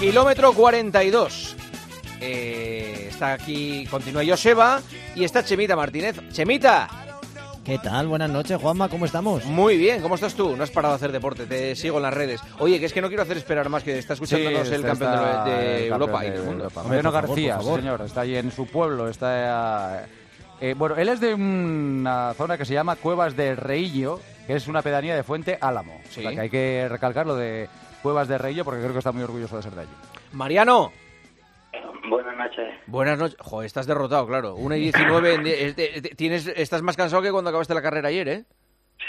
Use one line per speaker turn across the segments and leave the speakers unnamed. Kilómetro 42. Eh, está aquí, continúa Joseba y está Chemita Martínez. Chemita,
¿Qué tal? Buenas noches, Juanma, ¿cómo estamos?
muy bien, ¿cómo estás tú? No has parado de hacer deporte, te sigo en las redes. Oye, que es que no quiero hacer esperar más, que está escuchándonos
Sí,
el
está-
campeón de, de
el
Europa
campeón
y del mundo.
Europa.
Hombre,
Mariano
por favor,
García,
por
sí,
favor.
señor, está ahí en su pueblo, está... eh, bueno, él es de una zona que se llama Cuevas de Reillo, que es una pedanía de Fuente Álamo.
Sí.
O sea, que hay que recalcar lo de Cuevas de Reillo porque creo que está muy orgulloso de ser de allí.
Mariano,
Buenas noches.
buenas noches. Joder, estás derrotado, claro. 1 y 19, en die- eh, te- te- tienes, estás más cansado que cuando acabaste la carrera ayer, ¿eh?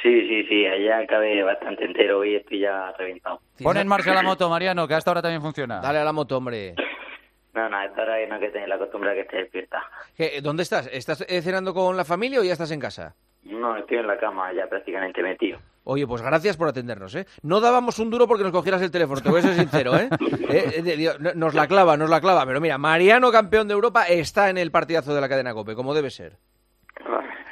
Sí, sí, sí, allá acabé bastante entero y estoy ya reventado.
Pon en marcha la moto, Mariano, que hasta ahora también funciona.
Dale a la moto, hombre.
No, no, esta hora no hay que tener la costumbre de que esté despierta.
¿Qué- ¿Dónde estás? ¿Estás eh, cenando con la familia o ya estás en casa?
No, estoy en la cama ya prácticamente metido.
Oye, pues gracias por atendernos, ¿eh? No dábamos un duro porque nos cogieras el teléfono, te voy a ser sincero, ¿eh? Eh, eh, de- de- no- Nos la clava, nos la clava. Pero mira, Mariano, campeón de Europa, está en el partidazo de la cadena COPE, como debe ser.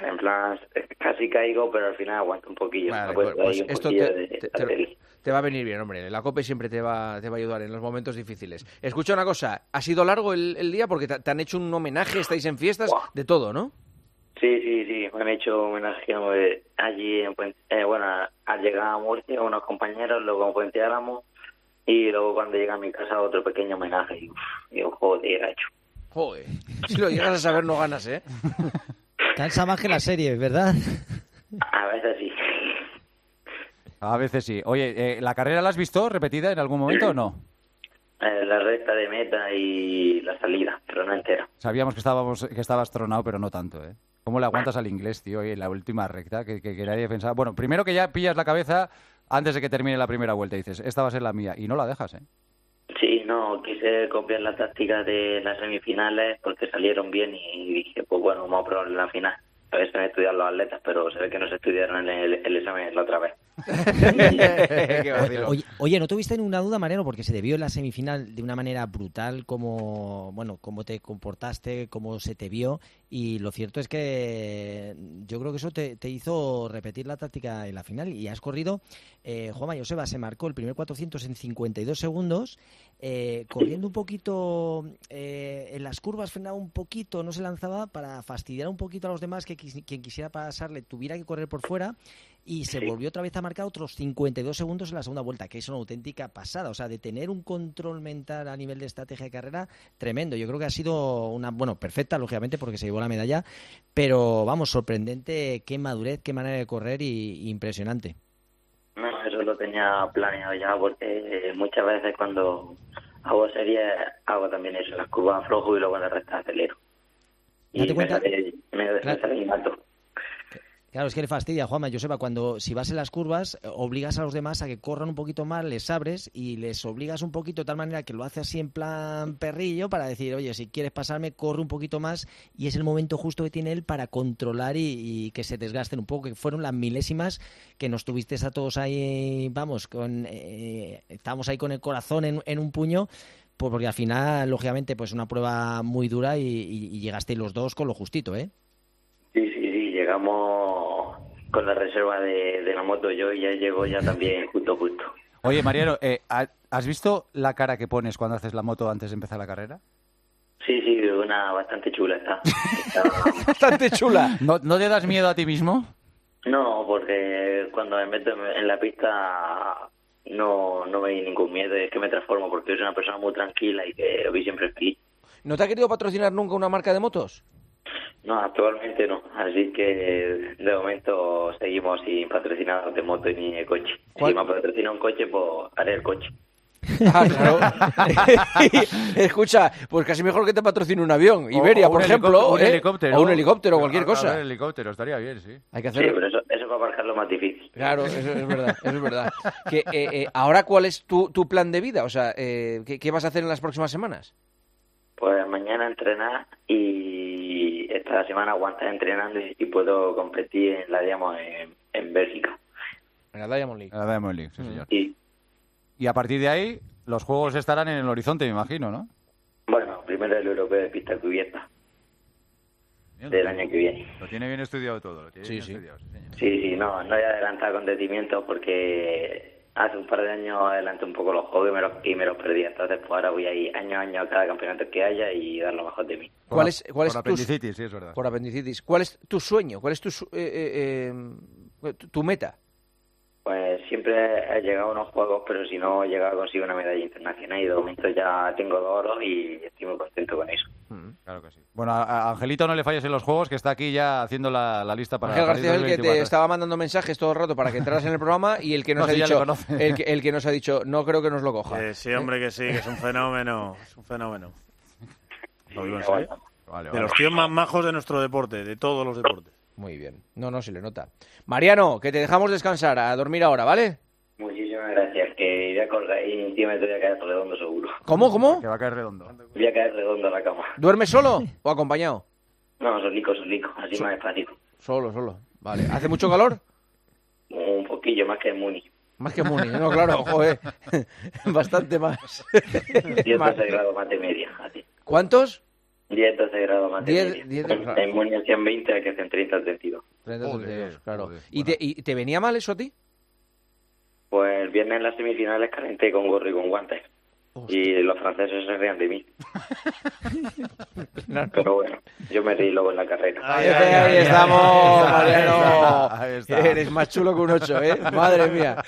En plan, casi caigo, pero al final aguanto un poquillo.
Vale,
Me acuesto
pues
ahí un
esto
poquillo
te,
de-
te-
de-
te- te va a venir bien, hombre. La COPE siempre te va, te va a ayudar en los momentos difíciles. Escucha una cosa, ¿ha sido largo el, el día? Porque te, te han hecho un homenaje, estáis en fiestas,
Buah.
de todo, ¿no?
Sí, sí, sí, me han hecho homenaje eh, allí en Puente, eh, bueno, al llegar a Murcia, unos compañeros, luego en Puente Álamo, y luego cuando llega a mi casa otro pequeño homenaje. Y, uf, y joder, gacho.
Joder, si lo llegas a saber no ganas, ¿eh?
Cansa más que la serie, ¿verdad?
A veces sí.
A veces sí. Oye, eh, ¿la carrera la has visto repetida en algún momento o no?
Eh, la recta de meta y la salida, pero no entera.
Sabíamos que estábamos que estabas tronado, pero no tanto, ¿eh? ¿Cómo le aguantas al inglés, tío, y en la última recta? Que, que, que nadie pensaba... Bueno, primero que ya pillas la cabeza antes de que termine la primera vuelta. y Dices, esta va a ser la mía. Y no la dejas, ¿eh?
Sí, no, quise copiar las tácticas de las semifinales porque salieron bien y dije, pues bueno, vamos a probar en la final. A ver si han estudiado los atletas, pero se ve que no se estudiaron el, el examen la otra vez.
Qué vacilo.
Oye, oye, ¿no tuviste ninguna duda, Mariano? Porque se debió en la semifinal de una manera brutal como, bueno, cómo te comportaste, cómo se te vio. Y lo cierto es que yo creo que eso te, te hizo repetir la táctica en la final. Y has corrido, eh, Juanma Joseba se marcó el primer 400 en 52 segundos, eh, corriendo un poquito eh, en las curvas, frenaba un poquito, no se lanzaba para fastidiar un poquito a los demás que quis- quien quisiera pasarle tuviera que correr por fuera y se
Sí.
volvió otra vez a marcar otros 52 segundos en la segunda vuelta, que es una auténtica pasada. O sea, de tener un control mental a nivel de estrategia de carrera, tremendo. Yo creo que ha sido una, bueno, perfecta, lógicamente, porque se llevó la medalla, pero vamos, sorprendente, qué madurez, qué manera de correr y, y impresionante.
No, eso lo tenía planeado ya porque eh, muchas veces cuando hago series hago también eso, las curvas flojo y luego en la recta acelero. Y
Date
me
cuenta-
sale, me, me
Claro.
sale innato.
Claro, es que le fastidia, Juanma, Joseba, cuando si vas en las curvas, eh, obligas a los demás a que corran un poquito más, les abres y les obligas un poquito de tal manera que lo hace así en plan perrillo para decir, oye, si quieres pasarme, corre un poquito más y es el momento justo que tiene él para controlar y, y que se desgasten un poco, que fueron las milésimas que nos tuviste a todos ahí, vamos, con, eh, estábamos ahí con el corazón en, en un puño. Pues porque al final, lógicamente, pues una prueba muy dura y, y- y llegasteis los dos con lo justito, ¿eh?
Sí, sí, sí, llegamos con la reserva de, de la moto yo y ya llego ya también justo, justo.
Oye, Mariano, eh, ¿ha- ¿has visto la cara que pones cuando haces la moto antes de empezar la carrera?
Sí, sí, una bastante chula está. Está-
Bastante chula.
¿No, no te das miedo a ti mismo?
No, porque cuando me meto en la pista no, no me di ningún miedo, es que me transformo porque soy una persona muy tranquila y que vi siempre feliz.
¿No te ha querido patrocinar nunca una marca de motos?
No, actualmente no, así que de momento seguimos sin patrocinador de moto ni de coche.
¿Cuál?
Si me patrocina un coche, pues haré el coche.
Ah, claro. Escucha, pues casi mejor que te patrocine un avión, Iberia,
O- o
por
un
ejemplo,
helicóptero- un
¿eh?
helicóptero.
o un helicóptero,
A-
cualquier
a-
cosa.
Un helicóptero, estaría bien, sí.
Hay que
Sí,
hacer.
pero eso, eso para aparcar lo más difícil.
Claro, eso es verdad, eso es verdad. Que, eh, eh, ahora, ¿cuál es tu, tu plan de vida? O sea, eh, ¿qué, qué vas a hacer en las próximas semanas?
Pues mañana entrenar y esta semana aguantar entrenando y, y puedo competir en la Diamond en, en Bélgica.
En la Diamond League.
La Diamond League, sí, señor.
Y
Mm. Y a partir de ahí, los juegos estarán en el horizonte, me imagino, ¿no?
bueno, primero el europeo de pista cubierta del año que viene.
Lo tiene bien estudiado todo, lo tiene
Sí,
bien
sí.
estudiado, sí, señor.
Sí, sí, no, no he adelantado acontecimientos porque hace un par de años adelante un poco los juegos y me los, y me los perdí. Entonces, pues ahora voy a ir año a año a cada campeonato que haya y dar lo mejor de mí.
¿Cuál es, cuál
por
es tu,
apendicitis, sí, es verdad.
por apendicitis. ¿Cuál es tu sueño? ¿Cuál es tu, su- eh, eh, eh, tu- tu meta?
Pues siempre he llegado a unos juegos, pero si no, he llegado a conseguir una medalla internacional y de momento ya tengo dos oros y estoy muy contento con eso.
Claro que sí. Bueno, a- a Angelito no le falles en los juegos, que está aquí ya haciendo la, la lista para
Ángel
para
García es el que te
2024.
estaba mandando mensajes todo el rato para que entraras en el programa y el que nos
No,
ha
si ya le
dicho
conoce.
el que, el que nos ha dicho no creo que nos lo coja.
Eh, sí, hombre, que sí, que es un fenómeno. Es un fenómeno. Lo digo en serio.
Vale,
De
vale.
los tíos más majos de nuestro deporte, de todos los deportes.
Muy bien. No, no se le nota. Mariano, que te dejamos descansar, a dormir ahora, ¿vale?
Muchísimas gracias, que iré a colgar y encima te voy a caer redondo seguro.
¿Cómo, cómo?
Que va a caer redondo.
Voy a caer redondo a la cama.
¿Duermes solo o acompañado?
No, solico, solico, así más despacito.
Solo, solo. Vale. ¿Hace mucho calor?
Un poquillo más que Muni.
Más que Muni, no, claro, joder. Bastante más.
10,
Más.
12 grados más de media, así.
¿Cuántos?
10, 12 grados más de
10,
media.
10,
En- en Muni hacían 20, aquí hacen 30, 32.
30,
Joder,
32, claro.
joder,
¿Y, te, ¿Y te venía mal eso a ti?
Pues el viernes en las semifinales calenté con gorro y con guantes. Y los franceses se rían de mí. Pero bueno, yo me reí luego en la carrera.
Ay,
Eh,
ay, ay,
ahí
ay,
estamos,
ay,
Mariano.
ahí está.
Eres más chulo que un 8, ¿eh? Madre mía.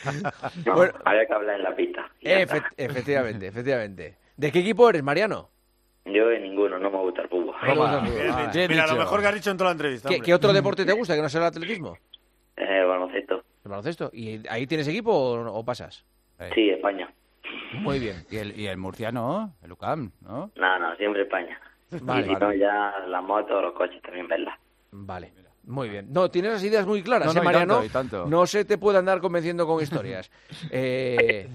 No,
Bueno, Eh,
había que hablar en la pista. y ya
efe-
está.
efectivamente, efectivamente. ¿De qué equipo eres, Mariano?
Yo de ninguno, no me gusta el fútbol.
Toma.
Bien
Ah,
dicho.
bien
Mira, lo
dicho.
mejor que has dicho en toda la entrevista.
¿Qué,
hombre.
qué otro deporte te gusta que no sea el atletismo?
Eh, baloncesto.
¿El baloncesto? ¿Y ahí tienes equipo o, o pasas?
Sí, España.
Muy bien.
Y el, y el murciano, el UCAM, ¿no?
No, no, siempre España.
Vale.
y si no, ya las motos, los coches también, ¿verdad?
Vale. Muy bien. No, tienes las ideas muy claras,
No,
¿eh,
no, y
Mariano?
tanto, y tanto.
No se te puede andar convenciendo con historias. Eh,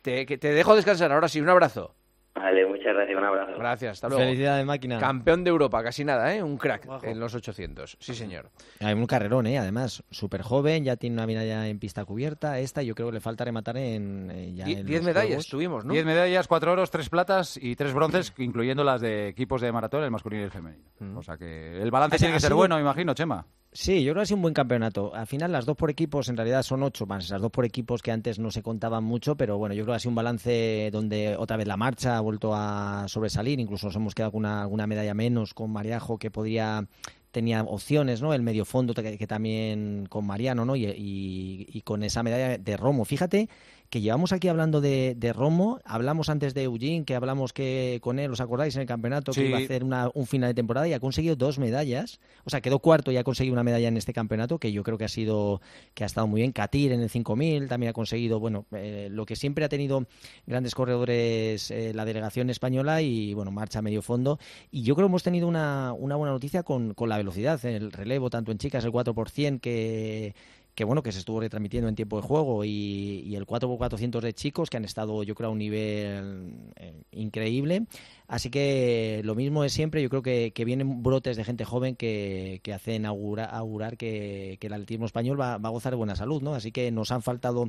te, que te dejo descansar ahora sí. Un abrazo.
Vale, muchas gracias, un abrazo.
Gracias. Hasta luego.
Felicidades, máquina.
Campeón de Europa, casi nada, ¿eh? Un crack
Guajo.
en los 800. Sí, señor.
Hay un carrerón, ¿eh? Además, súper joven, ya tiene una medalla en pista cubierta. Esta yo creo que le falta rematar en... eh, ya
Die-
en
diez
los
medallas
Juegos.
tuvimos, ¿no?
Diez medallas, cuatro oros, tres platas y tres bronces, incluyendo las de equipos de maratón, el masculino y el femenino. O sea que el balance
Ha-
tiene
ha
que ser
sido-
bueno, me imagino, Chema.
Sí, yo creo que ha sido un buen campeonato. Al final, las dos por equipos en realidad son ocho más. Las dos por equipos que antes no se contaban mucho, pero bueno, yo creo que ha sido un balance donde otra vez la marcha ha vuelto a sobresalir. Incluso nos hemos quedado con una, alguna medalla menos con Mariajo que podía tenía opciones, ¿no? El medio fondo que, que también con Mariano, ¿no? Y, y- y con esa medalla de Romo. Fíjate que llevamos aquí hablando de, de Romo, hablamos antes de Eugene, que hablamos que con él, ¿os acordáis en el campeonato
Sí.
que iba a hacer una- un final de temporada y ha conseguido dos medallas? O sea, quedó cuarto y ha conseguido una medalla en este campeonato que yo creo que ha sido, que ha estado muy bien. Katir en el 5000 también ha conseguido, bueno, eh, lo que siempre ha tenido grandes corredores eh, la delegación española y, bueno, marcha a medio fondo. Y yo creo que hemos tenido una, una buena noticia con, con la velocidad, el relevo, tanto en chicas, el 4% que que bueno que se estuvo retransmitiendo en tiempo de juego y, y el 4x400 de chicos que han estado yo creo a un nivel eh, increíble así que lo mismo es siempre yo creo que, que vienen brotes de gente joven que, que hacen augura- augurar que, que el atletismo español va, va a gozar de buena salud no así que nos han faltado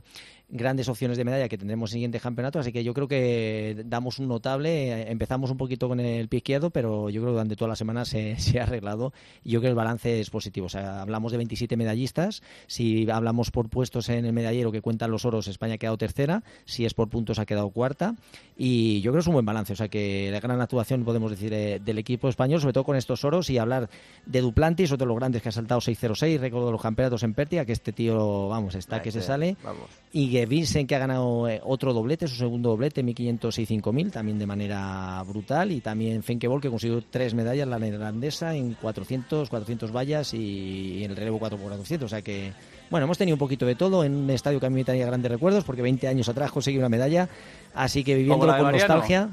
grandes opciones de medalla que tendremos en el siguiente campeonato así que yo creo que damos un notable eh, empezamos un poquito con el pie izquierdo pero yo creo que durante toda la semana se, se ha arreglado y yo creo que el balance es positivo o sea hablamos de 27 medallistas si hablamos por puestos en el medallero que cuentan los oros, España ha quedado tercera. Si es por puntos, ha quedado cuarta. Y yo creo que es un buen balance. O sea que la gran actuación, podemos decir, de- del equipo español, sobre todo con estos oros. Y hablar de Duplantis, otro de los grandes que ha saltado 6-0-6, récord de los campeonatos en Pértiga, que este tío, vamos, está que se sale.
Vamos.
Y que Vincent, que ha ganado eh, otro doblete, su segundo doblete, 1500 y 5000, también de manera brutal. Y también Fenkebol, que consiguió tres medallas, la neerlandesa, en 400, 400 vallas y, en el relevo 4x400. O sea que, bueno, hemos tenido un poquito de todo en un estadio que a mí me traía grandes recuerdos, porque 20 años atrás conseguí una medalla. Así que
la
viviéndolo
de
con
Mariano.
nostalgia.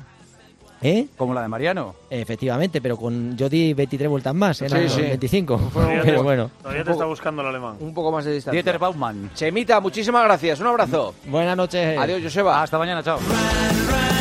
¿Eh?
Como la de Mariano.
Efectivamente, pero con yo di 23 vueltas más, eran
Sí, sí.
25.
Todavía te-
Pero bueno.
Todavía te está buscando el alemán.
Un poco más de distancia.
Dieter Baumann.
Chemita, muchísimas gracias. Un abrazo.
Buenas noches.
Adiós, Joseba.
Hasta mañana, chao.
run,